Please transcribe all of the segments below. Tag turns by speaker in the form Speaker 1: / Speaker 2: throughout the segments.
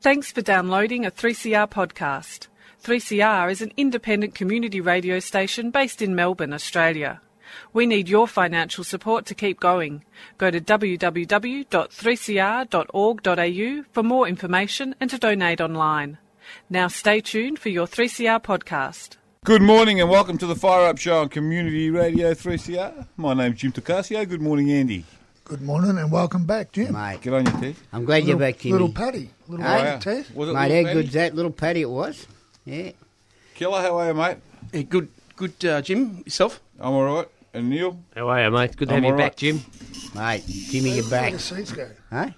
Speaker 1: Thanks for downloading a 3CR podcast. 3CR is an independent community radio station based in Melbourne, Australia. We need your financial support to keep going. Go to www.3cr.org.au for more information and to donate online. Now stay tuned for your 3CR podcast.
Speaker 2: Good morning and welcome to the Fire Up Show on Community Radio 3CR. My name's Jim Tocasio. Good morning, Andy.
Speaker 3: Good morning and welcome back, Jim.
Speaker 4: Mate,
Speaker 2: Get on your teeth.
Speaker 4: I'm glad you're
Speaker 3: little,
Speaker 4: back, Jimmy.
Speaker 3: little Patty, little
Speaker 4: Hey.
Speaker 3: Patty Ted.
Speaker 2: Was it Lil
Speaker 4: Mate, how
Speaker 2: Patty?
Speaker 4: good's that? Little patty it was. Yeah.
Speaker 2: Killer, how are you, mate?
Speaker 5: Yeah, good, good, uh, Jim. Yourself?
Speaker 2: I'm all right. And Neil?
Speaker 6: How are you, mate? Good to
Speaker 2: I'm
Speaker 6: have you
Speaker 2: all right.
Speaker 6: back, Jim.
Speaker 4: Mate, Jimmy, you're
Speaker 3: Where
Speaker 4: back.
Speaker 3: the seats go?
Speaker 4: Huh?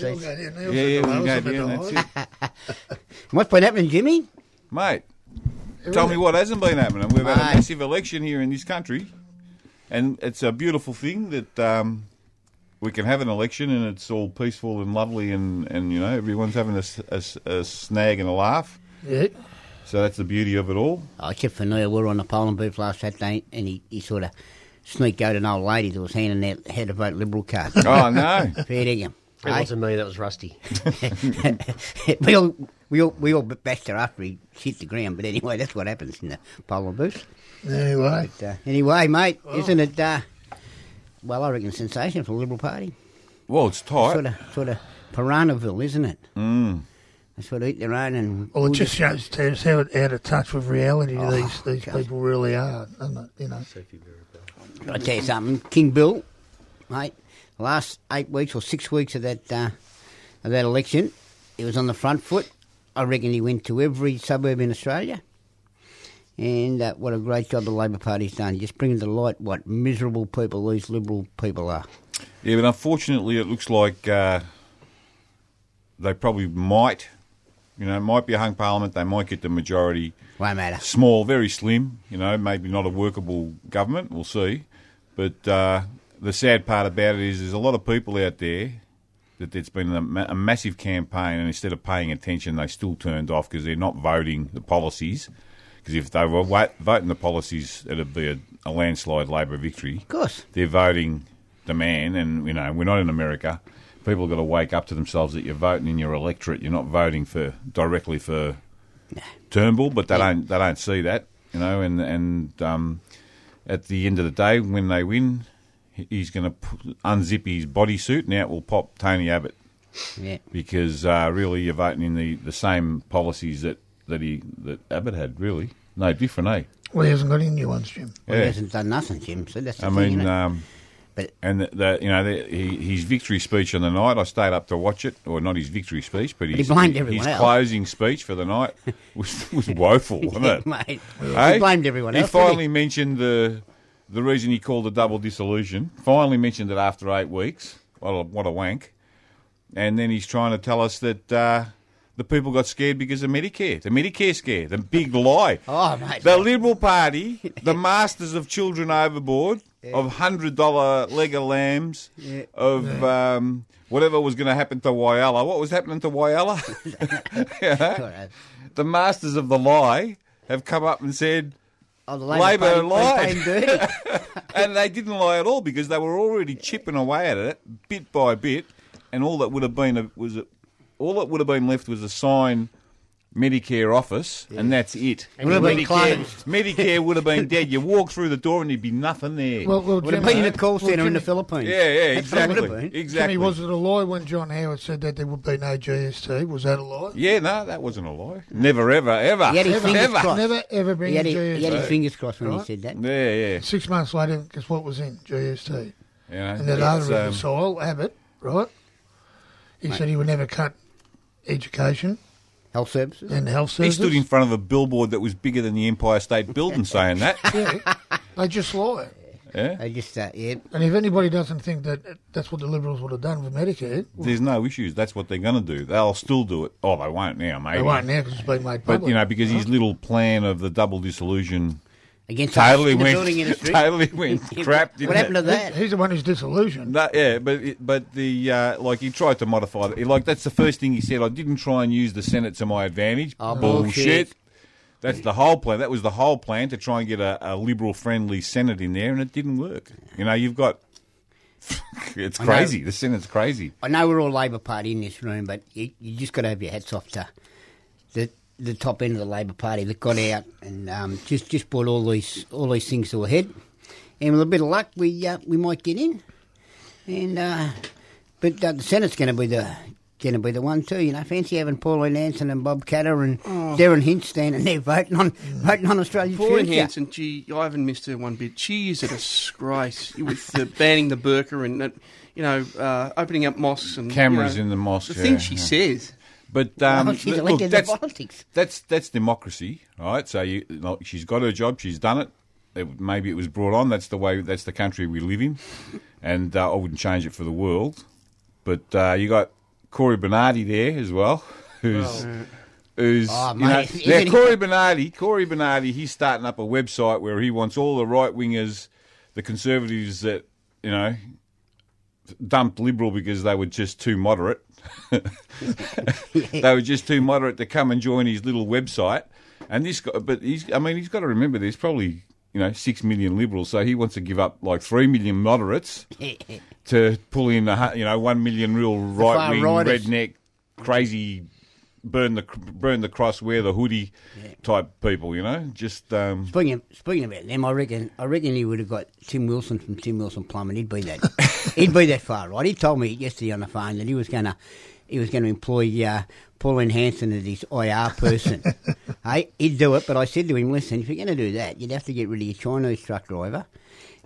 Speaker 3: They all
Speaker 4: See?
Speaker 3: go down. They all
Speaker 2: yeah, yeah,
Speaker 3: go
Speaker 2: we
Speaker 3: down.
Speaker 2: can
Speaker 3: They
Speaker 2: go
Speaker 3: all
Speaker 2: down.
Speaker 3: go
Speaker 2: That's
Speaker 3: down.
Speaker 2: it.
Speaker 4: What's been happening, Jimmy?
Speaker 2: Mate, tell me what hasn't been happening. We've had a
Speaker 4: Mate.
Speaker 2: massive election here in this country, and it's a beautiful thing that um, we can have an election and it's all peaceful and lovely, and, and you know, everyone's having a, s- a s- a snag and a laugh.
Speaker 3: Yeah.
Speaker 2: So that's the beauty of it all.
Speaker 4: Oh, except for Neil, we were on the polling booth last Saturday and he, he sort of sneaked out an old lady that was handing out how to vote Liberal card.
Speaker 2: Oh, no.
Speaker 4: Fair dinkum.
Speaker 6: It wasn't me, that was Rusty.
Speaker 4: we all we all we all bashed her after he hit the ground, but anyway, that's what happens in the polling booth.
Speaker 3: Anyway,
Speaker 4: But, uh, anyway, mate,
Speaker 3: Oh.
Speaker 4: isn't it? Uh, well, I reckon sensation for the Liberal Party.
Speaker 2: Well, it's tight.
Speaker 4: Sort of, sort of Piranhaville, isn't it? Mm. They sort of eat their own and
Speaker 3: well, it Oh, just shows Tez how out of touch with reality
Speaker 4: Oh,
Speaker 3: these these
Speaker 4: God.
Speaker 3: people really are, doesn't it? You know.
Speaker 4: I tell you something, King Bill, mate. The last eight weeks or six weeks of that uh, of that election, he was on the front foot. I reckon he went to every suburb in Australia. And uh, what a great job the Labor Party's done, just bringing to light what miserable people these Liberal people are.
Speaker 2: Yeah, but unfortunately, it looks like uh, they probably might, you know, it might be a hung parliament. They might get the majority
Speaker 4: Won't matter.
Speaker 2: small, very slim, you know, maybe not a workable government. We'll see. But uh, the sad part about it is there's a lot of people out there that there's been a, ma- a massive campaign, and instead of paying attention, they still turned off because they're not voting the policies. Because if they were wa- voting the policies, it'd be a, a landslide Labor victory
Speaker 4: Of course.
Speaker 2: they're voting the man, and you know we're not in America. People got to wake up to themselves that you're voting in your electorate. You're not voting for directly for Turnbull, but they don't they don't see that, you know. And and um, at the end of the day, when they win, he- he's going to unzip his bodysuit and out will pop Tony Abbott
Speaker 4: Yeah.
Speaker 2: because uh, really you're voting in the, the same policies that, that he that Abbott had. Really, no different, eh?
Speaker 3: Well, he hasn't got any new ones, Jim.
Speaker 4: Well,
Speaker 2: Yeah.
Speaker 4: He hasn't done nothing, Jim. So that's the
Speaker 2: I
Speaker 4: thing,
Speaker 2: mean.
Speaker 4: innit?
Speaker 2: Um,
Speaker 4: but
Speaker 2: And the, the, you know the, he, his victory speech on the night, I stayed up to watch it, or not his victory speech, but his,
Speaker 4: he blamed
Speaker 2: his,
Speaker 4: everyone else.
Speaker 2: closing speech for the night was, was woeful, wasn't it?
Speaker 4: mate,
Speaker 2: Eh?
Speaker 4: he blamed everyone
Speaker 2: He
Speaker 4: else. didn't
Speaker 2: finally mentioned the the reason he called the double dissolution. Finally mentioned it after eight weeks. What a, what a wank! And then he's trying to tell us that uh, the people got scared because of Medicare, the Medicare scare, the big lie.
Speaker 4: Oh, mate.
Speaker 2: The Liberal Party, the masters of children overboard, of hundred dollar leg of lambs, of um, whatever was going to happen to Wyala. What was happening to Wyala? Yeah.
Speaker 4: Sorry.
Speaker 2: The masters of the lie have come up and said,
Speaker 4: Oh, the
Speaker 2: Labor
Speaker 4: Labor
Speaker 2: lied.
Speaker 4: Party played Dirty.
Speaker 2: and they didn't lie at all because they were already chipping away at it bit by bit, and all that would have been a, was a, all that would have been left was a sign. Medicare office, and that's it.
Speaker 4: Would have been
Speaker 2: Medicare,
Speaker 4: closed.
Speaker 2: Medicare would have been dead. You walk through the door and there'd be nothing there.
Speaker 3: Well, well,
Speaker 4: Would
Speaker 3: Jim, uh,
Speaker 4: have been in a call
Speaker 3: well,
Speaker 4: centre in
Speaker 3: Jimmy-
Speaker 4: the Philippines.
Speaker 2: yeah, yeah,
Speaker 4: That's what it would
Speaker 2: exactly,
Speaker 4: have been.
Speaker 2: exactly.
Speaker 3: Jimmy, was it a lie when John Howard said that there would be no GST? Was that a lie?
Speaker 2: yeah, no, that wasn't a lie. Never, ever, ever,
Speaker 4: He had his
Speaker 2: ever.
Speaker 4: fingers crossed.
Speaker 3: Never ever bring
Speaker 4: He had,
Speaker 3: in
Speaker 4: his, he had his
Speaker 3: GST.
Speaker 4: fingers crossed when
Speaker 3: Right.
Speaker 4: he said that.
Speaker 2: Yeah, yeah.
Speaker 3: Six months later, guess what was in GST?
Speaker 2: You know,
Speaker 3: And that
Speaker 2: it's,
Speaker 3: other
Speaker 2: um,
Speaker 3: imbecile, Abbott, right? He said he would never cut education
Speaker 4: Health services.
Speaker 3: and health
Speaker 2: he
Speaker 3: services.
Speaker 2: stood in front of a billboard that was bigger than the Empire State Building, saying that.
Speaker 3: Yeah, they just lie.
Speaker 2: Yeah.
Speaker 4: They just, uh, yeah.
Speaker 3: And if anybody doesn't think that that's what the Liberals would have done with Medicare,
Speaker 2: There's no issues. That's what they're going to do. They'll still do it. Oh, they won't now, maybe.
Speaker 3: they won't now because it's been made public.
Speaker 2: But you know, because his little plan of the double dissolution
Speaker 4: Against
Speaker 2: totally
Speaker 4: us in the
Speaker 2: went,
Speaker 4: building industry.
Speaker 2: totally went crap. Didn't
Speaker 4: What happened to
Speaker 2: it?
Speaker 4: that?
Speaker 3: he's the one who's disillusioned.
Speaker 2: No, yeah, but it, but the uh, like he tried to modify it. Like that's the first thing he said. I didn't try and use the Senate to my advantage.
Speaker 4: Oh,
Speaker 2: bullshit.
Speaker 4: bullshit.
Speaker 2: That's the whole plan. That was the whole plan to try and get a, a liberal friendly Senate in there, and it didn't work. You know, you've got it's
Speaker 4: I know.
Speaker 2: crazy. The Senate's crazy.
Speaker 4: I know we're all Labor Party in this room, but you, you just got to have your hats off to the the top end of the Labor Party that got out and um, just just brought all these all these things to a head. And with a bit of luck, we uh, we might get in. And uh, but uh, the Senate's going to be the going to be the one too. You know, fancy having Pauline Hanson and Bob Catter and
Speaker 2: Oh.
Speaker 4: Darren Hinch standing there voting on voting on Australia's
Speaker 5: Pauline
Speaker 4: future.
Speaker 5: Hanson, gee, I haven't missed her one bit. She is a disgrace with the banning the burqa and, uh, you know, uh, opening up mosques and you
Speaker 2: Cameras
Speaker 5: know,
Speaker 2: in the mosque,
Speaker 5: The
Speaker 2: yeah,
Speaker 5: things she
Speaker 2: yeah.
Speaker 5: says.
Speaker 2: But um,
Speaker 4: Well, Oh, she's
Speaker 2: look,
Speaker 4: elected to
Speaker 2: that's,
Speaker 4: politics.
Speaker 2: That's that's democracy, all right? So you, like, she's got her job, she's done it. It- Maybe it was brought on. That's the way. That's the country we live in, and uh, I wouldn't change it for the world. But uh, you got Corey Bernardi there as well, who's. Who's
Speaker 4: Oh,
Speaker 2: you know-
Speaker 4: mate, isn't he-
Speaker 2: now Corey Bernardi? Corey Bernardi, he's starting up a website where he wants all the right wingers, the conservatives that you know dumped Liberal because they were just too moderate. They were just too moderate to come and join his little website. And this guy, but he's, I mean, he's got to remember there's probably, you know, six million Liberals, so he wants to give up like three million moderates to pull in, the, hu- you know, one million real right wing,
Speaker 4: right-ers.
Speaker 2: redneck, crazy, burn the burn the cross, wear the hoodie type people, you know, just um,
Speaker 4: Speaking of, speaking about them, I reckon I reckon he would have got Tim Wilson from Tim Wilson Plumbing. He'd be that he'd be that far right. He told me yesterday on the phone that he was gonna he was gonna employ uh, Pauline Hanson as his IR person. hey, he'd do it, but I said to him, listen, if you're gonna do that, you'd have to get rid of your Chinese truck driver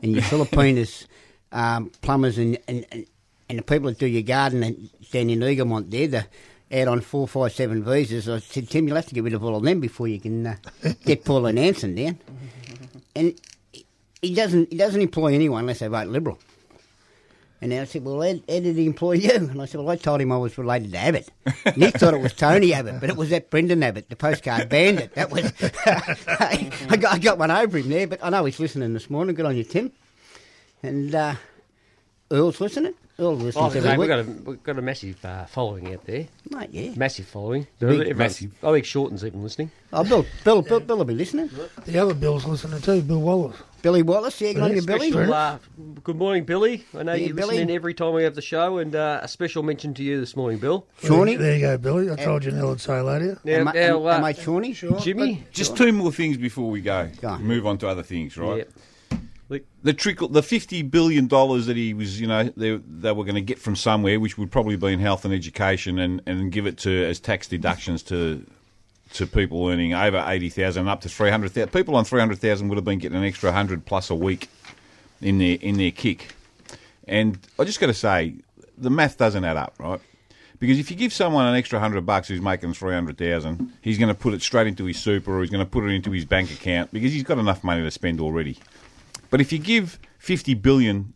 Speaker 4: and your Filipinas um, plumbers and, and, and and the people that do your garden and down in Egremont there, the out on four five seven visas. I said, Tim, you'll have to get rid of all of them before you can uh, get Paul and Anson down. And he- he doesn't he doesn't employ anyone unless they vote Liberal. And I said, well, how, how did he employ you? And I said, well, I told him I was related to Abbott. And he thought it was Tony Abbott, but it was that Brendan Abbott, the postcard bandit. That was, I, got, I got one over him there, but I know he's listening this morning. Good on you, Tim. And uh, Earl's listening. Earl listens
Speaker 6: Oh,
Speaker 4: every
Speaker 6: mate,
Speaker 4: week.
Speaker 6: we've got a we've got a massive uh, following out there.
Speaker 4: Mate, yeah.
Speaker 6: Massive following. Everyone-
Speaker 2: massive.
Speaker 6: I think Shorten's even listening.
Speaker 4: Oh, Bill, Bill, Bill, Bill will be listening.
Speaker 3: The other Bill's listening too, Bill Wallace.
Speaker 4: Billy Wallace, yeah, good on you, Billy.
Speaker 6: Special, uh, good morning, Billy. I know
Speaker 4: Yeah,
Speaker 6: you
Speaker 4: Billy.
Speaker 6: listen in every time we have the show, and uh, a special mention to you this morning, Bill.
Speaker 4: Shawnee.
Speaker 3: There you go, Billy. I told you Nell would say later.
Speaker 6: Now,
Speaker 4: am, I- am-
Speaker 6: now, uh,
Speaker 4: am I Shawnee?
Speaker 6: Jimmy.
Speaker 2: just two more things before we go.
Speaker 4: Go on.
Speaker 2: Move on to other things, right?
Speaker 6: Yep. Look,
Speaker 2: the trickle, the fifty billion dollars that he was, you know, they, they were going to get from somewhere, which would probably be in health and education, and, and give it to as tax deductions to to people earning over eighty thousand up to three hundred thousand. People on three hundred thousand would have been getting an extra hundred plus a week in their in their kick. And I just got to say, the math doesn't add up, right? Because if you give someone an extra hundred bucks who's making three hundred thousand, he's going to put it straight into his super, or he's going to put it into his bank account because he's got enough money to spend already. But if you give fifty billion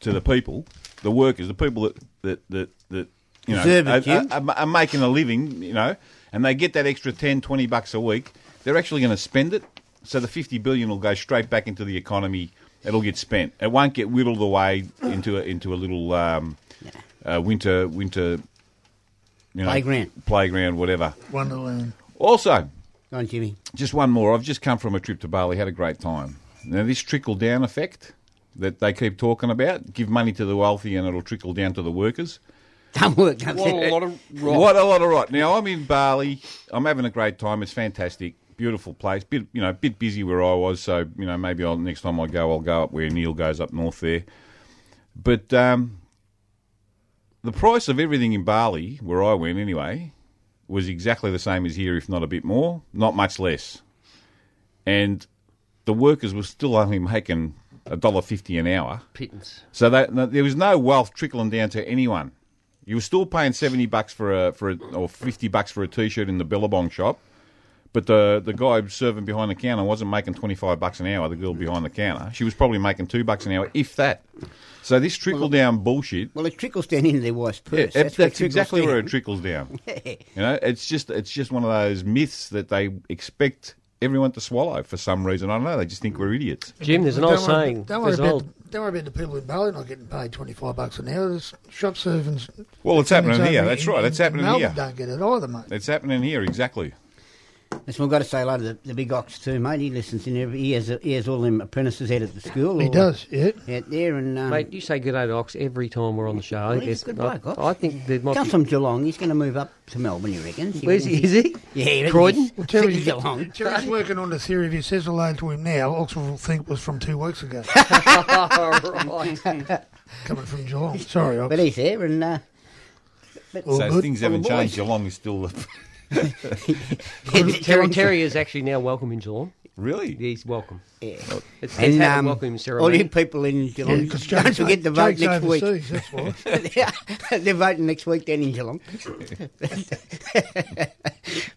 Speaker 2: to the people, the workers, the people that that that, that you know
Speaker 4: Deserve it,
Speaker 2: are,
Speaker 4: Jim.
Speaker 2: are- are making a living, you know, and they get that extra 10, 20 bucks a week, they're actually going to spend it. So the fifty billion will go straight back into the economy. It'll get spent. It won't get whittled away into a, into a little um, uh, winter winter you know,
Speaker 4: Playground.
Speaker 2: playground, whatever.
Speaker 3: Wonderland.
Speaker 2: Also,
Speaker 4: Go on, Jimmy.
Speaker 2: just one more. I've just come from a trip to Bali, had a great time. Now, this trickle down effect that they keep talking about give money to the wealthy and it'll trickle down to the workers.
Speaker 4: Don't work, don't
Speaker 5: What
Speaker 4: say.
Speaker 5: a lot of rot.
Speaker 2: What a lot of right. Now, I'm in Bali. I'm having a great time. It's fantastic. Beautiful place. Bit, you know, a bit busy where I was. So, you know, maybe I'll, next time I go, I'll go up where Neil goes up north there. But um, the price of everything in Bali, where I went anyway, was exactly the same as here, if not a bit more, not much less. And the workers were still only making a dollar fifty an hour.
Speaker 6: pittance.
Speaker 2: So that, no, there was no wealth trickling down to anyone. You were still paying seventy bucks for a for a, or fifty bucks for a t-shirt in the Billabong shop, but the the guy serving behind the counter wasn't making twenty five bucks an hour. The girl behind the counter, she was probably making two bucks an hour, if that. So this trickle down bullshit.
Speaker 4: Well, it trickles down into their wife's
Speaker 2: Yeah, it-
Speaker 4: purse. where
Speaker 2: that's
Speaker 4: it trickles
Speaker 2: exactly where it
Speaker 4: down.
Speaker 2: trickles down. You know, it's just it's just one of those myths that they expect everyone to swallow for some reason. I don't know. They just think we're idiots.
Speaker 6: Jim, there's an
Speaker 3: Don't
Speaker 6: old
Speaker 3: worry-
Speaker 6: saying.
Speaker 3: Don't worry,
Speaker 6: There's an
Speaker 3: about,
Speaker 6: old
Speaker 3: the- don't worry about the people in Bali not getting paid 25 bucks an hour. There's shop servants.
Speaker 2: Well, it's
Speaker 3: servants
Speaker 2: happening
Speaker 3: over
Speaker 2: here.
Speaker 3: in-
Speaker 2: That's right. It's
Speaker 3: in
Speaker 2: happening
Speaker 3: Melbourne
Speaker 2: here.
Speaker 3: don't get it either, mate.
Speaker 2: It's happening here exactly.
Speaker 4: That's what I've got to say hello to the, the big ox too, mate. He listens in every. He has, he has all them apprentices out at the school.
Speaker 3: He
Speaker 4: all
Speaker 3: does, yeah.
Speaker 4: Out there and um,
Speaker 6: Mate, you say good day to Ox every time we're on the show. I
Speaker 4: well,
Speaker 6: think
Speaker 4: he's a
Speaker 6: there's-
Speaker 4: good bloke, Ox.
Speaker 6: I, I think there might
Speaker 4: comes
Speaker 6: be...
Speaker 4: from Geelong. He's going to move up to Melbourne, you reckon?
Speaker 6: Where's he? Is he?
Speaker 4: Yeah, he reckons
Speaker 6: Croydon?
Speaker 4: he's-
Speaker 3: Terry-
Speaker 4: he's Geelong.
Speaker 3: Terry's working on the theory if he says hello to him now, Oxford will think it was from two weeks ago,
Speaker 6: right.
Speaker 3: coming from Geelong. Sorry, Ox.
Speaker 4: But he's there and. Uh,
Speaker 3: All
Speaker 2: so
Speaker 3: good?
Speaker 2: things
Speaker 4: All Oh,
Speaker 2: haven't
Speaker 4: the boys.
Speaker 2: changed. Geelong is still the
Speaker 6: Terry, Terry is actually now welcome in Geelong.
Speaker 2: really.
Speaker 6: He's welcome.
Speaker 4: Yeah.
Speaker 6: It's, it's
Speaker 4: And,
Speaker 6: had
Speaker 4: um,
Speaker 6: a welcome
Speaker 4: all you
Speaker 6: ceremony.
Speaker 4: people in Geelong,
Speaker 3: Because
Speaker 4: don't
Speaker 3: Jake's-
Speaker 4: forget to vote
Speaker 3: Jake's
Speaker 4: next week.
Speaker 3: overseas, That's why.
Speaker 4: They're voting next week down in Geelong. but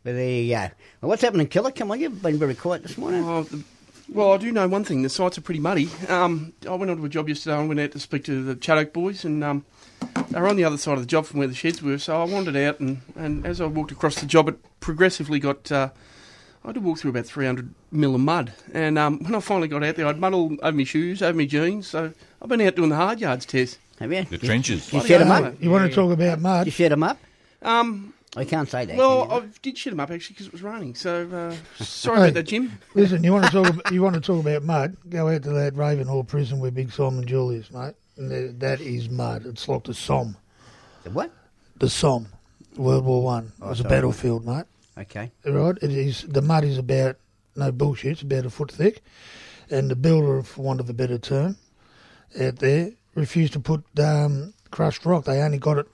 Speaker 4: there you go. Well, eh, what's happening, Killer? Come on, you've been very quiet this morning.
Speaker 5: Oh, the, well, I do know one thing. The sites are pretty muddy. Um, I went onto a job yesterday. I went out to speak to the Chaddock boys, and um, they were on the other side of the job from where the sheds were. So I wandered out, and, and as I walked across the job, it progressively got. Uh, I had to walk through about 300 mil of mud, and um, when I finally got out there, I'd mud all over my shoes, over my jeans. So I've been out doing the hard yards test.
Speaker 4: Have you?
Speaker 2: The trenches.
Speaker 4: You set them
Speaker 5: hell.
Speaker 4: up?
Speaker 3: You want to talk about mud?
Speaker 4: You set them up?
Speaker 5: Um,
Speaker 4: I can't say that.
Speaker 5: well,
Speaker 4: can you?
Speaker 5: I did shit them up actually because it was raining. So uh, sorry about that, Jim.
Speaker 3: Listen, you want to talk. About, you want to talk about mud? Go out to that Ravenhall prison where Big Simon Julius, mate. And th- that is mud. It's like the Somme.
Speaker 4: The what?
Speaker 3: The Somme, World War One. It was a
Speaker 4: sorry.
Speaker 3: battlefield, mate.
Speaker 4: Okay.
Speaker 3: Right? It is. The mud is about no bullshit. It's about a foot thick, and the builder, for want of a better term, out there refused to put um, crushed rock. They only got it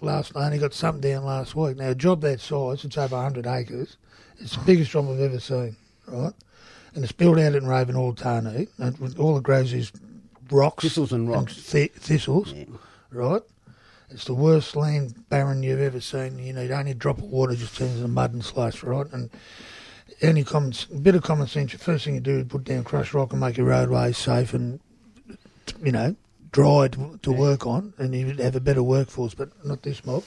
Speaker 3: last. They only got something down last week. Now, a job that size, it's over hundred acres. It's the biggest job I've ever seen. Right? And it's built out in Ravenhall, Tarnee, and with all it grows is rocks,
Speaker 4: Thistles and rocks.
Speaker 3: thi- thistles. Right? It's the worst land barren you've ever seen. You need only a drop of water just turns into mud and slush, right? And any common, bit of common sense, the first thing you do is put down crushed rock and make your roadways safe and, you know, dry to, to work on, and you'd have a better workforce, but not this mob.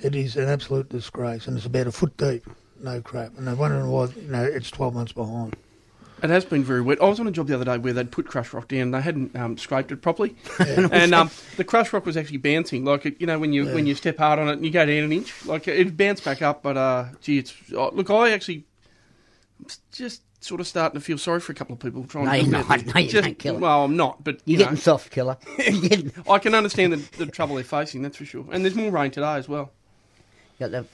Speaker 3: It is an absolute disgrace, and it's about a foot deep. No crap. And they're wondering why, you know, it's 12 months behind.
Speaker 5: It has been very wet. I was on a job the other day where they'd put crushed rock down. They hadn't um, scraped it properly, and um, the crushed rock was actually bouncing. Like it, you know, when you when you step hard on it and you go down an inch, like it bounced back up. But uh, gee, it's oh, look. I actually I'm s- just sort of starting to feel sorry for a couple of people trying.
Speaker 4: No,
Speaker 5: to
Speaker 4: you're
Speaker 5: get out
Speaker 4: not.
Speaker 5: there.
Speaker 4: No, you
Speaker 5: Just-
Speaker 4: don't, Kelly.
Speaker 5: Well, I'm not, but you
Speaker 4: You're
Speaker 5: know,
Speaker 4: getting soft, Killer. You're getting,
Speaker 5: I can understand the, the trouble they're facing. That's for sure. And there's more rain today as well.
Speaker 4: got the,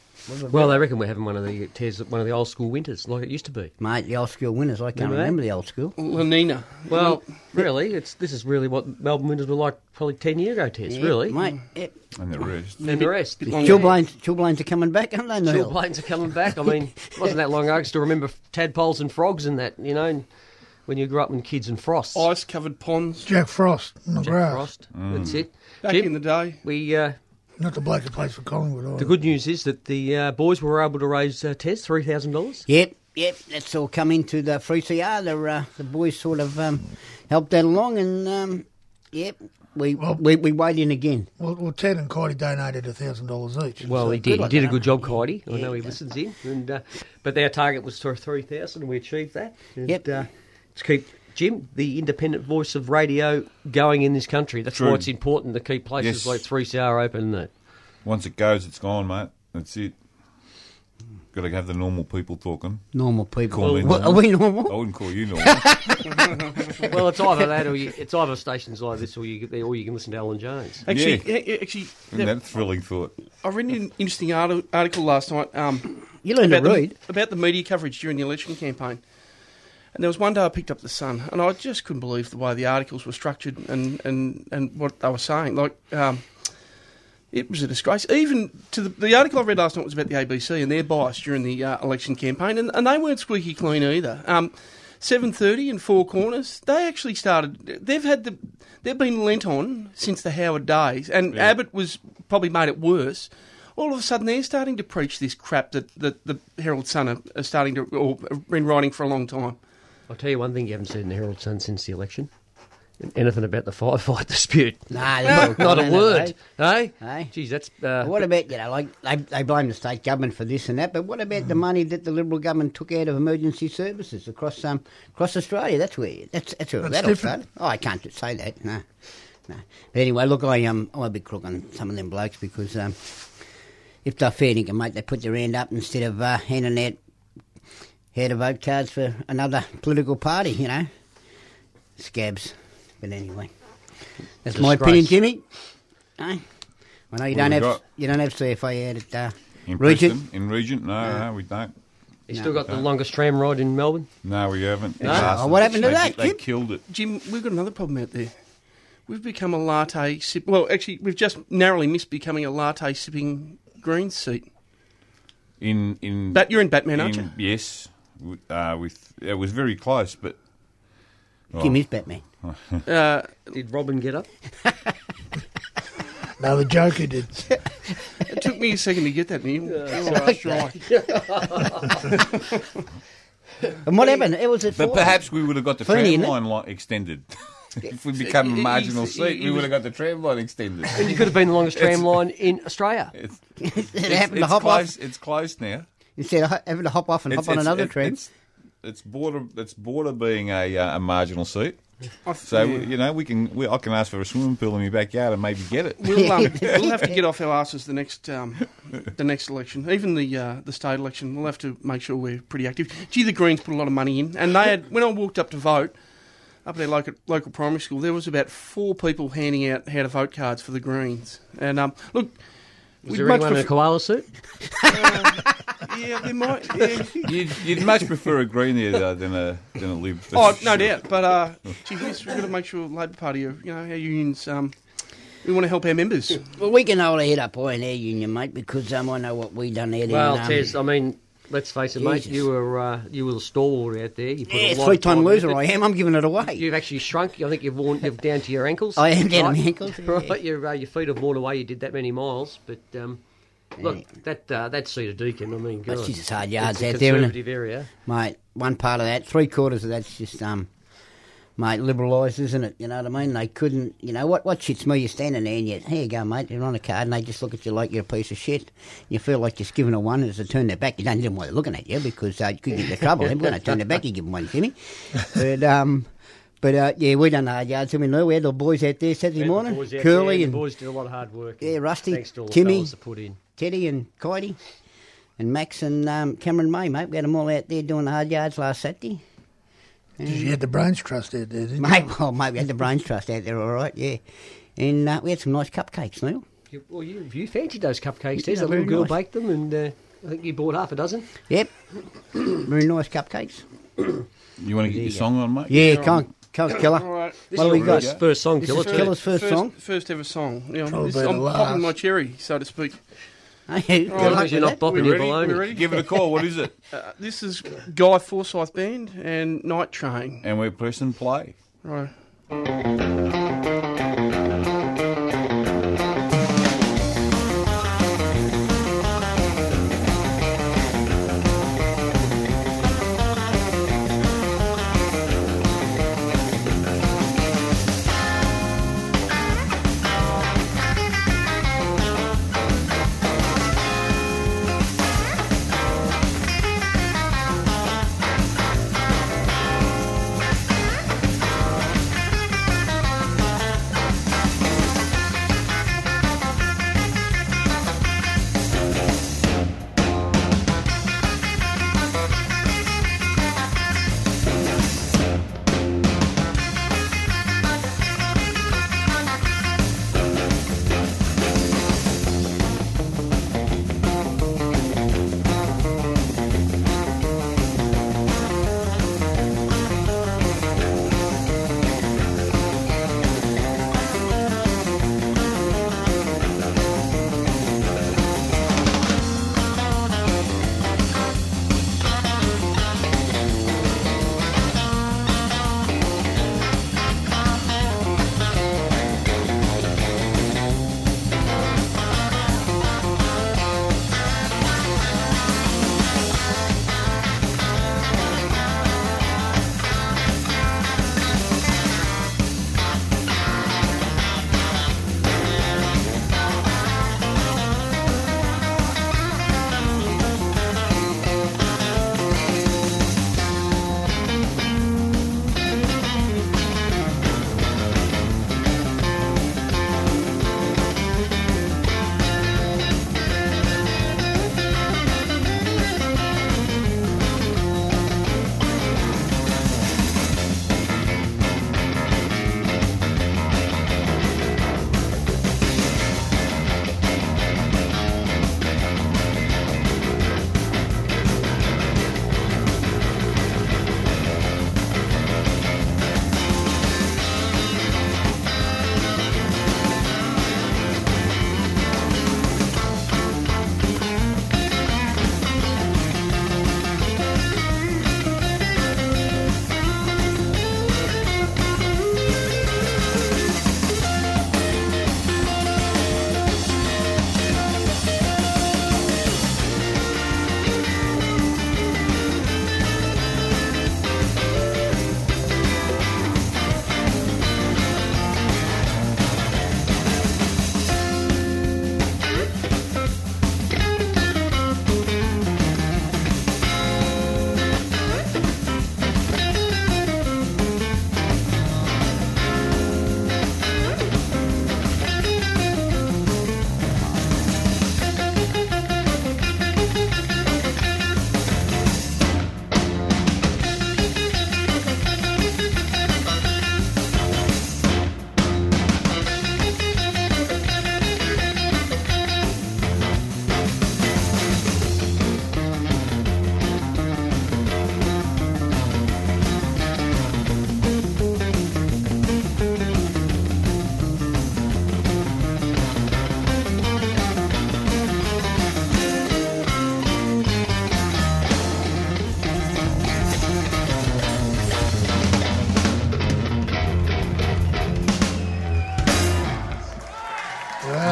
Speaker 6: Well, they reckon we're having one of the tears, one of the old school winters, like it used to be.
Speaker 4: mate, the old school winners. I can't
Speaker 6: Remember that?
Speaker 4: remember the old school.
Speaker 5: La Nina.
Speaker 6: Well, really, it's this is really what Melbourne winters were like probably ten year ago. Tears,
Speaker 4: Yeah,
Speaker 6: really.
Speaker 4: Mate, yeah.
Speaker 2: and the rest.
Speaker 6: And the rest.
Speaker 5: Bit longer.
Speaker 4: Chilblains, Chilblains are coming back, aren't they,
Speaker 6: Still
Speaker 4: Neil?
Speaker 6: planes are coming back. I mean, it wasn't that long ago. I can still remember tadpoles and frogs and that. You know, and when you grew up with kids and frosts.
Speaker 5: ice covered ponds
Speaker 3: Jack Frost on the
Speaker 6: Jack
Speaker 3: grass.
Speaker 6: Frost. That's it.
Speaker 5: back
Speaker 6: Jim,
Speaker 5: in the day.
Speaker 6: we uh,
Speaker 3: Not the bloke who plays for Collingwood. either.
Speaker 6: the good news is that the uh, boys were able to raise uh, Tez three thousand dollars.
Speaker 4: Yep, yep. That's all come into the free CR. The uh, the boys sort of um, helped that along, and um, yep, we,
Speaker 3: Well-
Speaker 4: we we weighed in again.
Speaker 3: Well, well, Ted and Cody donated thousand dollars each.
Speaker 6: Well,
Speaker 3: So-
Speaker 6: he did. He
Speaker 4: on
Speaker 6: did a
Speaker 4: you.
Speaker 6: good job, Cody. I
Speaker 4: Yeah,
Speaker 6: know he
Speaker 4: he
Speaker 6: listens in. And uh, but our target was for three thousand, and we achieved that. And,
Speaker 4: Yep.
Speaker 6: Uh, to keep Jim, the independent voice of radio, going in this country. That's
Speaker 2: True.
Speaker 6: why it's important to keep places
Speaker 2: Yes.
Speaker 6: like Three CR open. and That
Speaker 2: Once it goes, it's gone, mate. That's it. Got to have the normal people talking.
Speaker 4: Normal people.
Speaker 2: Call me
Speaker 4: What,
Speaker 2: normal.
Speaker 4: are we
Speaker 2: I
Speaker 4: normal?
Speaker 2: wouldn't call you normal.
Speaker 6: Well, it's either that or you, it's either stations like this or you or you can listen to Alan Jones.
Speaker 5: Actually,
Speaker 2: Yeah.
Speaker 5: a- a- actually,
Speaker 2: Isn't that a thrilling thought?
Speaker 5: I read an interesting arti- article last night. Um,
Speaker 4: You learn to
Speaker 5: about the-
Speaker 4: read.
Speaker 5: about the media coverage during the election campaign. And there was one day I picked up the Sun, and I just couldn't believe the way the articles were structured and and, and what they were saying. Like, um, it was a disgrace. Even to the, the article I read last night was about the ABC and their bias during the uh, election campaign, and, and they weren't squeaky clean either. Um, Seven thirty and Four Corners. They actually started. They've had the. They've been lent on since the Howard days, and Abbott was probably made it worse. All of a sudden, they're starting to preach this crap that, that the Herald Sun are, are starting to, or have been writing for a long time.
Speaker 6: I'll tell you one thing you haven't seen in the Herald Sun since the election. Anything about the firefight dispute.
Speaker 4: Nah, they're all
Speaker 6: Not
Speaker 4: gone,
Speaker 6: a
Speaker 4: ain't
Speaker 6: word.
Speaker 4: they?
Speaker 6: Hey?
Speaker 4: Hey.
Speaker 6: Geez, that's. Uh,
Speaker 4: What about you know, like they, they blame the state government for this and that, but what about the money that the Liberal government took out of emergency services across um, across Australia? That's where that's that's where
Speaker 3: That's
Speaker 4: that all
Speaker 3: different.
Speaker 4: started. Oh, I can't say that. No, no. But anyway, look, I um, I'm a bit crook on some of them blokes because um, if they're fair dinkum, mate, they put their hand up instead of uh, handing out how to vote cards for another political party, you know. Scabs. But anyway. That's my opinion,
Speaker 5: Disgrace.
Speaker 4: Jimmy. Eh? I know you
Speaker 2: What have
Speaker 4: don't
Speaker 2: we
Speaker 4: have
Speaker 2: got?
Speaker 4: you don't have CFA out at uh,
Speaker 2: In
Speaker 4: Regent.
Speaker 2: Preston? In Regent? No, no, we don't.
Speaker 6: You
Speaker 4: No,
Speaker 6: still got the
Speaker 2: don't.
Speaker 6: longest tram ride in Melbourne?
Speaker 2: No, we haven't.
Speaker 6: No?
Speaker 2: Disaster.
Speaker 4: Oh, what happened to
Speaker 2: They-
Speaker 4: that,
Speaker 2: They
Speaker 4: kid?
Speaker 2: killed it.
Speaker 5: Jim, we've got another problem out there. We've become a latte sip. Well, actually, we've just narrowly missed becoming a latte sipping Greens seat.
Speaker 2: In in
Speaker 5: Bat, you're in Batman, aren't
Speaker 2: in-
Speaker 5: you?
Speaker 2: Yes, w- uh, with it was very close, but
Speaker 4: Jim is Batman.
Speaker 5: Uh,
Speaker 6: Did Robin get up?
Speaker 3: No, the Joker did.
Speaker 5: it took me a second to get that. Neil. You're all right, you're all right.
Speaker 4: And what happened? It was at
Speaker 2: but
Speaker 4: four.
Speaker 2: perhaps we would have got the
Speaker 4: Funny,
Speaker 2: tram
Speaker 4: isn't it?
Speaker 2: line li- extended. if we become a
Speaker 5: He- he-
Speaker 2: marginal
Speaker 5: he-
Speaker 2: seat,
Speaker 5: he
Speaker 2: we
Speaker 5: was-
Speaker 2: would have got the tram line extended.
Speaker 6: You could have been the longest tram line in Australia.
Speaker 2: It's,
Speaker 4: it
Speaker 2: it's-
Speaker 4: happened to
Speaker 2: it's
Speaker 4: hop
Speaker 2: close.
Speaker 4: off
Speaker 2: It's close now.
Speaker 4: instead of ho- having to hop off and
Speaker 2: It's-
Speaker 4: hop on
Speaker 2: it's-
Speaker 4: another
Speaker 2: it-
Speaker 4: tram.
Speaker 2: It's, it's border. It's border being a, uh, a marginal seat.
Speaker 5: I-
Speaker 2: So
Speaker 5: yeah.
Speaker 2: you know we can. We, I can ask for a swimming pool in my backyard and maybe get it.
Speaker 5: We'll, um, we'll have to get off our asses the next um, the next election, even the uh, the state election. We'll have to make sure we're pretty active. Gee, the Greens put a lot of money in, and they had when I walked up to vote up at their local local primary school, there was about four people handing out how to vote cards for the Greens. And um, look,
Speaker 6: Was
Speaker 5: we'd
Speaker 6: there
Speaker 5: much
Speaker 6: anyone in a
Speaker 5: prefer-
Speaker 6: koala suit?
Speaker 5: yeah, there might. Yeah.
Speaker 2: You'd, you'd much prefer a green there though than a than a lib.
Speaker 5: Oh, no doubt. But uh, gee, yes, we've got to make sure Labor Party, are, you know, our unions, um, we want to help our members.
Speaker 4: Well, we can hold our head up high in our union, mate, because um, I know what we done out
Speaker 6: Well,
Speaker 4: in, um,
Speaker 6: Tez, I mean, let's face it, mate.
Speaker 4: Jesus.
Speaker 6: You were uh, you were the stalwart out there. You put a
Speaker 4: Yeah,
Speaker 6: lot of
Speaker 4: three-time
Speaker 6: time
Speaker 4: loser
Speaker 6: into
Speaker 4: I
Speaker 6: it.
Speaker 4: am. I'm giving it away.
Speaker 6: You've actually shrunk. I think you've worn you've down to your ankles.
Speaker 4: I am down to
Speaker 6: right?
Speaker 4: my ankles, yeah.
Speaker 6: Right, your uh, your feet have worn away. You did that many miles, but um, look that uh, that seat of Deakin. I mean,
Speaker 4: That's
Speaker 6: God,
Speaker 4: just hard yards
Speaker 6: it's a
Speaker 4: out there, isn't it?
Speaker 6: Conservative area.
Speaker 4: mate. One part of that, three quarters of that's just um, mate, liberalised, isn't it? You know what I mean? They couldn't, you know what? What shits me? You're standing there and you, here you go, mate. You're on a card, and they just look at you like you're a piece of shit. You feel like you're just giving a one, and as they turn their back, you don't even want to looking at you because uh, you could get into trouble. They're going to turn their back, you give them one, Jimmy. But um. But uh, yeah, we done the hard yards. I mean, we had the boys out there Saturday
Speaker 6: And the
Speaker 4: morning,
Speaker 6: boys out there,
Speaker 4: Curly
Speaker 6: the
Speaker 4: and
Speaker 6: boys did a lot of hard work.
Speaker 4: Yeah, Rusty,
Speaker 6: Thanks to all
Speaker 4: Timmy.
Speaker 6: the fellas that put in.
Speaker 4: Teddy and Kitey and Max and um, Cameron May, mate. We had them all out there doing the hard yards last Saturday.
Speaker 3: You had the brains trust out there, didn't you?
Speaker 4: Mate, well, mate, we had the brains trust out there, all right, yeah. And uh, we had some nice cupcakes, Neil.
Speaker 6: You, well, you you fancied those cupcakes, Tez.
Speaker 4: Yeah,
Speaker 6: that little
Speaker 4: very
Speaker 6: girl
Speaker 4: nice.
Speaker 6: baked them, and uh, I think you bought half a dozen.
Speaker 4: Yep, very nice cupcakes.
Speaker 2: You want to get your song on, mate?
Speaker 4: Yeah, can't, can't
Speaker 6: Ah.
Speaker 4: kill
Speaker 5: All
Speaker 4: her.
Speaker 5: right.
Speaker 4: What do we got?
Speaker 6: First- First song,
Speaker 4: This
Speaker 6: killer.
Speaker 4: is Killer's first, song.
Speaker 5: First ever song. You know,
Speaker 3: Probably
Speaker 5: this,
Speaker 3: the
Speaker 5: I'm popping
Speaker 3: last.
Speaker 5: my cherry, so to speak.
Speaker 4: Good
Speaker 5: All right,
Speaker 4: luck
Speaker 5: as
Speaker 6: you're
Speaker 4: with
Speaker 6: not
Speaker 4: that.
Speaker 6: bopping
Speaker 5: We
Speaker 6: your
Speaker 5: ready? We
Speaker 6: baloney.
Speaker 5: ready?
Speaker 2: Give it a call. What is it?
Speaker 5: Uh, this is Guy Forsyth Band and Night Train.
Speaker 2: And we're pressing play.
Speaker 5: Right.
Speaker 7: Thank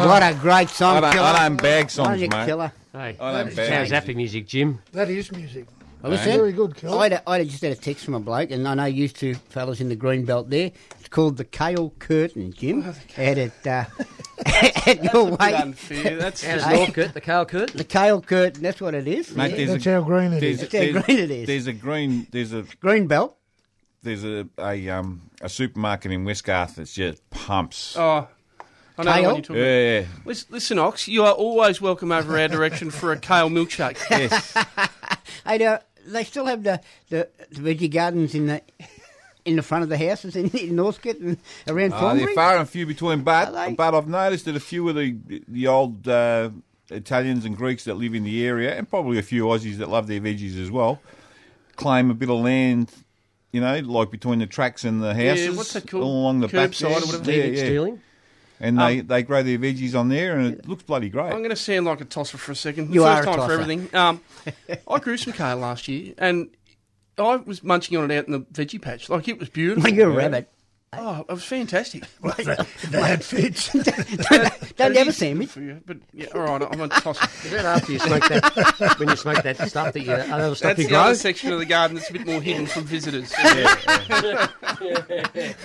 Speaker 4: what a great song,
Speaker 2: I don't,
Speaker 4: killer.
Speaker 2: I don't bag
Speaker 4: What
Speaker 2: songs,
Speaker 4: a
Speaker 2: mate.
Speaker 4: killer.
Speaker 6: Hey,
Speaker 2: I don't
Speaker 6: that
Speaker 2: bang.
Speaker 6: sounds happy music, Jim.
Speaker 3: That is music.
Speaker 4: Well,
Speaker 2: Hey.
Speaker 4: listen,
Speaker 3: Very good, Kel.
Speaker 4: I, had a, I had just had a text from a bloke, and I know you two fellas in the green belt there. It's called the Kale Curtain, Jim. Out at, uh, at your
Speaker 5: Bit
Speaker 4: way.
Speaker 5: unfair. That's
Speaker 6: Out
Speaker 5: just
Speaker 6: of Northcote, the Carl Curtin.
Speaker 4: The Kale Curtain, that's what it is.
Speaker 2: Mate, there's
Speaker 3: That's
Speaker 2: a,
Speaker 3: how green it
Speaker 2: there's,
Speaker 3: is.
Speaker 4: That's how
Speaker 2: there's-
Speaker 4: green it is.
Speaker 2: There's a green. There's a
Speaker 4: Green belt.
Speaker 2: there's a a, um, a supermarket in Westgarth that's just pumps.
Speaker 5: oh,
Speaker 4: Kale?
Speaker 5: I know the one you're talking about.
Speaker 2: Yeah,
Speaker 5: Lis- Listen, Ox, you are always welcome over our direction for a kale milkshake.
Speaker 2: yes.
Speaker 4: Hey, now, they still have the, the, the veggie gardens in the in the front of the houses in, in Northcote and around
Speaker 2: Uh, they're
Speaker 4: Thornbury.
Speaker 2: far and few between, but
Speaker 4: Are they?
Speaker 2: but I've noticed that a few of the the old uh, Italians and Greeks that live in the area, and probably a few Aussies that love their veggies as well, claim a bit of land. You know, like between the tracks and the houses,
Speaker 5: what's that called?
Speaker 2: all along the back.
Speaker 5: Curbside or whatever.
Speaker 2: Yeah,
Speaker 6: Devic
Speaker 2: yeah.
Speaker 6: stealing.
Speaker 2: And they, they grow their veggies on there, and it looks bloody great.
Speaker 5: Um, I'm going to sound like a tosser for a second. The
Speaker 4: You
Speaker 5: First
Speaker 4: are a
Speaker 5: time for
Speaker 4: tosser.
Speaker 5: everything. Um, I grew some kale last year, and I was munching on it out in the veggie patch. Like it was beautiful.
Speaker 4: You're a rabbit.
Speaker 5: Oh, it was fantastic.
Speaker 3: That fits.
Speaker 4: Don't
Speaker 5: It
Speaker 4: you ever
Speaker 5: is
Speaker 4: see me.
Speaker 5: good for you, but yeah, all right, I'm a tosser.
Speaker 6: Is that after you smoke that? when you smoke that stuff that you other stuff
Speaker 5: That's
Speaker 6: you
Speaker 5: the
Speaker 6: grow?
Speaker 5: other section of the garden that's a bit more hidden from visitors.
Speaker 6: I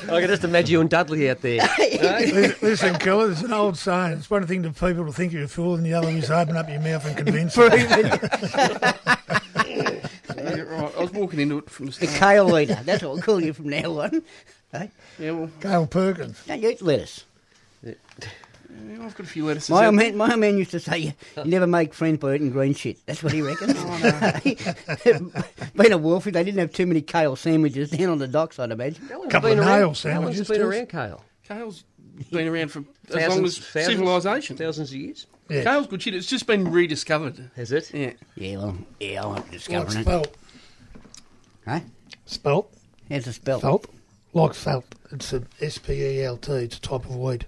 Speaker 6: can just imagine you and Dudley out there.
Speaker 3: Listen, Keller, there's an old saying. It's one thing to people to think you're a fool, and the other is open up your mouth and convince them.
Speaker 5: Yeah, right. I was walking into it from the
Speaker 4: The
Speaker 5: start.
Speaker 4: kale eater. That's what we'll call you from now on. Hey,
Speaker 5: Yeah, well,
Speaker 3: Gail Perkins.
Speaker 4: Don't you eat lettuce.
Speaker 5: yeah, I've got a few lettuces.
Speaker 4: My
Speaker 5: out
Speaker 4: old,
Speaker 5: there.
Speaker 4: man, my old man used to say, you, you never make friends by eating green shit. That's what he reckons. Being a wolfie, they didn't have too many kale sandwiches down on the docks, I'd imagine.
Speaker 3: Couple of nail sandwiches,
Speaker 6: How long's been
Speaker 3: too.
Speaker 6: around kale?
Speaker 5: Kale's been around for as
Speaker 6: Thousands-
Speaker 5: long as
Speaker 6: thousands-
Speaker 5: civilization.
Speaker 6: Thousands of years.
Speaker 3: Yeah.
Speaker 5: Kale's good shit. It's just been rediscovered.
Speaker 6: Has it?
Speaker 5: Yeah.
Speaker 4: Yeah, well, yeah, I'm
Speaker 3: Like
Speaker 4: discovering it.
Speaker 3: spelt.
Speaker 4: Hey,
Speaker 3: Spelt.
Speaker 4: how's the spell?
Speaker 3: Felt. Like felt. It's a S P E L T. It's a type of weed.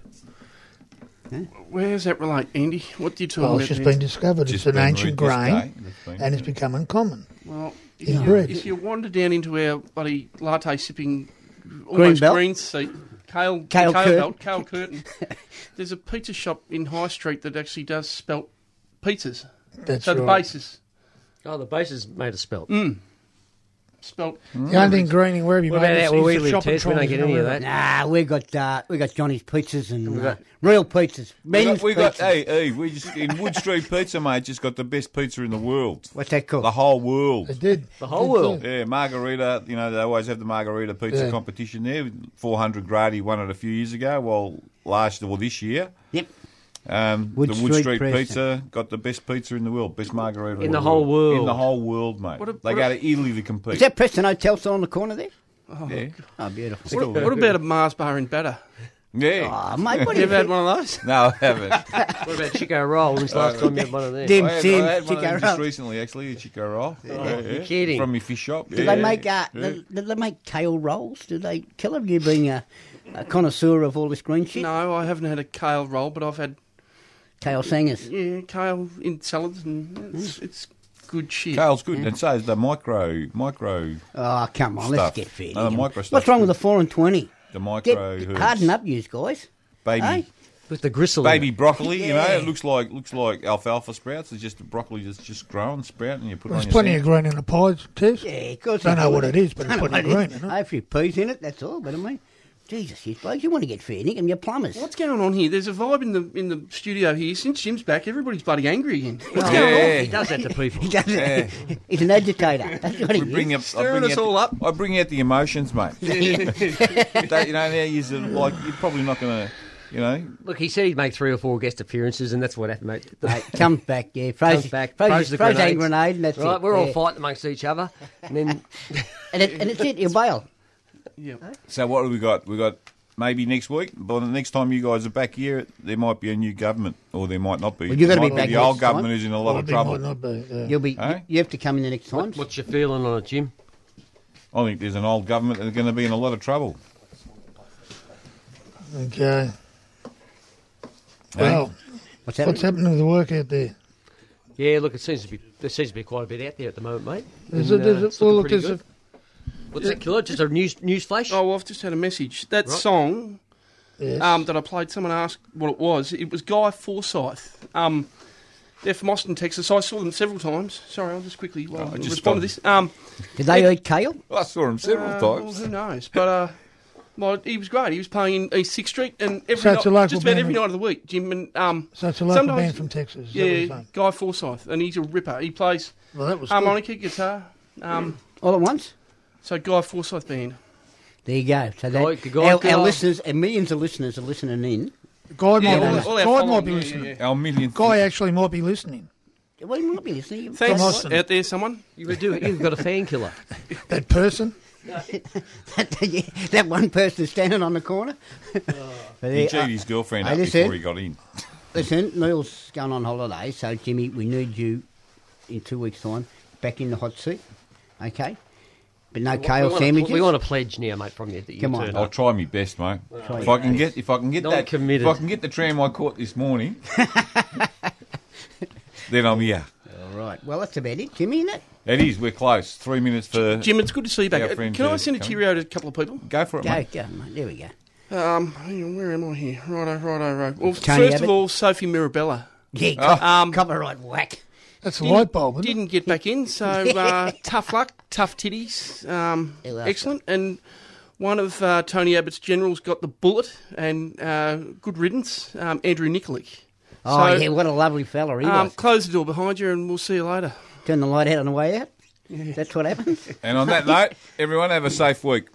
Speaker 5: Where does that relate, Andy? What do you talk
Speaker 3: Well,
Speaker 5: about?
Speaker 3: it's just
Speaker 5: there?
Speaker 3: been discovered.
Speaker 2: Just
Speaker 3: it's an
Speaker 2: been
Speaker 3: ancient
Speaker 2: re- this
Speaker 3: grain,
Speaker 2: day, that's been-
Speaker 3: and it's become uncommon.
Speaker 5: Well, if,
Speaker 3: It's
Speaker 5: you,
Speaker 3: bread.
Speaker 5: if you wander down into our bloody latte sipping, almost
Speaker 4: Green
Speaker 5: green,
Speaker 4: belt?
Speaker 5: seat, kale,
Speaker 4: Kale
Speaker 5: kale,
Speaker 4: curtain.
Speaker 5: belt, kale curtain. There's a pizza shop in High Street that actually does spelt pizzas.
Speaker 3: That's
Speaker 5: so the
Speaker 3: right.
Speaker 5: base is
Speaker 6: Oh, the base is made of spelt.
Speaker 5: spelt.
Speaker 2: Mm.
Speaker 3: The only thing greening wherever you
Speaker 6: What
Speaker 3: make
Speaker 6: about
Speaker 3: it
Speaker 6: that
Speaker 3: is
Speaker 6: where we
Speaker 3: the
Speaker 6: live,
Speaker 3: shop and
Speaker 6: Tess? We don't
Speaker 3: trolleys
Speaker 6: get
Speaker 3: and
Speaker 6: any of
Speaker 3: everything.
Speaker 4: Uh,
Speaker 6: that.
Speaker 4: Nah, we got uh, we got Johnny's pizzas and uh, real pizzas.
Speaker 2: We
Speaker 4: Men's
Speaker 2: got, we got
Speaker 4: pizzas.
Speaker 2: hey, hey, we just in Wood Street Pizza, mate. Just got the best pizza in the world,
Speaker 4: What's that called?
Speaker 2: the whole world.
Speaker 3: It did.
Speaker 6: The whole
Speaker 3: It
Speaker 6: world.
Speaker 3: did.
Speaker 2: Yeah, margarita. You know they always have the margarita pizza
Speaker 3: Yeah.
Speaker 2: competition there. Four hundred Grady won it a few years ago. Well, last well this year,
Speaker 4: Yep.
Speaker 2: um,
Speaker 4: Wood
Speaker 2: the Wood
Speaker 4: Street
Speaker 2: Street
Speaker 4: Pizza.
Speaker 2: Pizza got the best pizza in the world, best margarita in,
Speaker 6: the whole world.
Speaker 2: in the whole world, mate.
Speaker 5: What a-
Speaker 2: they
Speaker 5: what
Speaker 2: go
Speaker 5: a-
Speaker 2: to Italy to compete.
Speaker 4: Is that Preston Hotel still on the corner there?
Speaker 2: yeah,
Speaker 4: Oh, beautiful.
Speaker 5: What, what about a Mars bar in batter?
Speaker 2: yeah.
Speaker 4: Oh, mate, what
Speaker 5: You
Speaker 4: do you
Speaker 5: ever had
Speaker 4: think?
Speaker 5: one of those?
Speaker 2: No, I haven't. I
Speaker 6: What about Chico Roll? When's the last time you had one of them?
Speaker 4: Dim
Speaker 2: had, I
Speaker 4: Sims,
Speaker 2: had one of
Speaker 4: Chico
Speaker 2: them
Speaker 4: Roll.
Speaker 2: just recently, actually, a Chico Roll. Yeah,
Speaker 6: you're
Speaker 2: yeah.
Speaker 6: kidding.
Speaker 2: From your fish shop.
Speaker 4: Do
Speaker 2: yeah.
Speaker 4: they make uh,
Speaker 2: Yeah.
Speaker 4: do, do they make kale rolls? Do they? Kill have you being a, a connoisseur of all this green shit?
Speaker 5: No, I haven't had a kale roll, but I've had
Speaker 4: Kale singers.
Speaker 5: yeah kale in salads, and it's, it's good shit.
Speaker 2: Kale's good, and so is the micro, micro,
Speaker 4: Oh, come on,
Speaker 2: Stuff. Uh,
Speaker 4: let's get fair.
Speaker 2: No, the
Speaker 4: Jim.
Speaker 2: micro
Speaker 4: What's
Speaker 2: stuff's
Speaker 4: wrong with
Speaker 2: good.
Speaker 4: the four and twenty?
Speaker 2: the
Speaker 4: Get
Speaker 2: micro herbs.
Speaker 4: harden up, you guys.
Speaker 2: baby,
Speaker 4: eh?
Speaker 6: With the gristle. in
Speaker 2: baby
Speaker 6: it.
Speaker 2: broccoli. You know,
Speaker 4: Yeah.
Speaker 2: it looks like looks like alfalfa sprouts. It's just the broccoli that's just growing, sprouting. You put it
Speaker 3: There's
Speaker 2: on your
Speaker 3: plenty of
Speaker 2: sandwich.
Speaker 3: green in the pies, Tess.
Speaker 4: Yeah, of course.
Speaker 3: Don't
Speaker 4: they
Speaker 3: know
Speaker 4: do
Speaker 3: what it is, but
Speaker 4: Don't
Speaker 3: it's
Speaker 4: know
Speaker 3: bloody
Speaker 4: what it
Speaker 3: green,
Speaker 4: is.
Speaker 3: isn't it?
Speaker 4: Hey, A few peas in it, that's all. But I mean, Jesus, you blokes, you want to get fair, Nick, and you're plumbers.
Speaker 5: What's going on here? There's a vibe in the in the studio here. Since Jim's back, everybody's bloody angry again. What's
Speaker 2: Yeah.
Speaker 5: going on?
Speaker 6: Oh, He does that to people.
Speaker 4: He does
Speaker 2: Yeah.
Speaker 4: it. Eh. He's an agitator. That's what he
Speaker 2: We bring
Speaker 4: is.
Speaker 2: up, I
Speaker 5: Stirring
Speaker 2: bring
Speaker 5: us
Speaker 2: out the-
Speaker 5: all up.
Speaker 2: I bring out the emotions, mate. That, you know, now you're like you're probably not going to, you know,
Speaker 6: Look, he said he'd make three or four guest appearances, and that's what happened, mate. The-
Speaker 4: Mate, comes back, yeah. Throws,
Speaker 6: comes back,
Speaker 4: throws,
Speaker 6: throws the
Speaker 4: throws
Speaker 6: grenades.
Speaker 4: a grenade, and that's
Speaker 6: right,
Speaker 4: it.
Speaker 6: we're all
Speaker 4: yeah.
Speaker 6: fighting amongst each other, and then
Speaker 4: And, it, and it's it, you bail.
Speaker 5: Yeah.
Speaker 2: So what do we got? We got maybe next week. By the next time you guys are back here, there might be a new government, or there might not be.
Speaker 4: Well, you're gonna
Speaker 2: It might
Speaker 4: be back
Speaker 2: The old
Speaker 4: next time.
Speaker 2: government is in a lot
Speaker 3: Might
Speaker 2: of
Speaker 3: be,
Speaker 2: trouble.
Speaker 3: might not be, yeah.
Speaker 4: You'll be.
Speaker 2: Eh?
Speaker 4: You have to come in the next time.
Speaker 6: what's your feeling on it, Jim?
Speaker 2: I think there's an old government that's going to be in a lot of trouble.
Speaker 3: Okay.
Speaker 2: Hey?
Speaker 3: Well,
Speaker 4: What's
Speaker 3: what's happening with the work out there?
Speaker 6: Yeah, look, it seems to be there seems to be quite a bit out there at the moment, mate.
Speaker 3: There's a,
Speaker 6: And, uh,
Speaker 3: there's
Speaker 6: it's
Speaker 3: a,
Speaker 6: looking
Speaker 3: well, look,
Speaker 6: pretty
Speaker 3: there's a,
Speaker 6: good. What's that, killer? Just a news news flash.
Speaker 5: Oh, well, I've just had a message. That
Speaker 6: Right.
Speaker 5: song
Speaker 3: Yes.
Speaker 5: um, that I played. Someone asked what it was. It was Guy Forsyth. Um, they're from Austin, Texas. I saw them several times. Sorry, I'll just quickly well,
Speaker 2: I just
Speaker 5: respond to this. Um,
Speaker 4: Did they eat kale?
Speaker 2: I saw him several
Speaker 5: uh, Well,
Speaker 2: times.
Speaker 5: who knows? But uh, well, he was great. He was playing in East Sixth Street, and every
Speaker 3: So it's
Speaker 5: night,
Speaker 3: a local
Speaker 5: just about
Speaker 3: band.
Speaker 5: every night of the week, Jim and um,
Speaker 3: So it's a local
Speaker 5: sometimes-
Speaker 3: band from Texas. Is that what you're
Speaker 5: yeah,
Speaker 3: saying?
Speaker 5: Guy Forsyth, and he's a ripper. He plays
Speaker 3: Well, that was good.
Speaker 5: harmonica, guitar. Um,
Speaker 4: All at once?
Speaker 5: so Guy Forsyth band.
Speaker 4: There you go. So that,
Speaker 6: Goik, goik,
Speaker 4: our, our
Speaker 6: goik.
Speaker 4: listeners and millions of listeners are listening in.
Speaker 3: Guy
Speaker 5: Yeah,
Speaker 3: might,
Speaker 5: all-
Speaker 3: be,
Speaker 5: all
Speaker 3: Guy
Speaker 5: our following,
Speaker 3: might be
Speaker 5: yeah, yeah,
Speaker 3: listening.
Speaker 5: yeah.
Speaker 2: Our millionth.
Speaker 3: Guy actually might be listening.
Speaker 4: Well, you might be listening.
Speaker 5: Thanks
Speaker 3: Austin.
Speaker 5: out there, someone.
Speaker 6: You would do. You've got a fan killer.
Speaker 3: That person.
Speaker 4: that, yeah, that one person standing on the corner.
Speaker 6: Uh,
Speaker 2: He
Speaker 4: But there-
Speaker 2: cheated his girlfriend
Speaker 4: uh, I
Speaker 2: up
Speaker 4: just
Speaker 2: before
Speaker 4: said-
Speaker 2: he got in.
Speaker 4: Listen, Neil's going on holiday, so Jimmy, we need you in two weeks' time back in the hot seat, okay? But no kale
Speaker 6: we
Speaker 4: sandwiches.
Speaker 6: Want a, we want a pledge now, mate, from you that you
Speaker 4: Come on.
Speaker 6: turn
Speaker 2: I'll
Speaker 6: up.
Speaker 2: try my best, mate. If I can get, if I can get
Speaker 6: Not
Speaker 2: that,
Speaker 6: committed.
Speaker 2: if I can get the tram I caught this morning, then I'm here.
Speaker 4: All right. Well, that's about it, Jimmy, isn't it?
Speaker 2: It is. We're close. Three minutes for
Speaker 5: Jim, it's good to see you back.
Speaker 2: Our
Speaker 5: Uh,
Speaker 2: friend,
Speaker 5: Can
Speaker 2: uh,
Speaker 5: I send a
Speaker 2: coming.
Speaker 5: teary to a couple of people?
Speaker 2: Go for it,
Speaker 4: Go,
Speaker 2: mate.
Speaker 4: go, mate. There we go.
Speaker 5: Um, hang on, where am I here? Righto, righto, righto. Well,
Speaker 4: Tony
Speaker 5: first
Speaker 4: Abbott.
Speaker 5: of all, Sophie Mirabella
Speaker 4: Yeah, co-
Speaker 5: Um,
Speaker 4: copyright whack.
Speaker 3: That's a
Speaker 5: didn't-
Speaker 3: light bulb. Isn't
Speaker 5: didn't get back in, so uh, tough luck, tough titties. Um,
Speaker 4: Who else?
Speaker 5: excellent. And one of uh, Tony Abbott's generals got the bullet, and uh, good riddance, um, Andrew Nikolic.
Speaker 4: Oh,
Speaker 5: So,
Speaker 4: yeah, what a lovely fella he
Speaker 5: Um,
Speaker 4: was.
Speaker 5: close the door behind you, and we'll see you later.
Speaker 4: Turn the light out on the way out. That's what happens.
Speaker 2: And on that note, everyone have a safe week.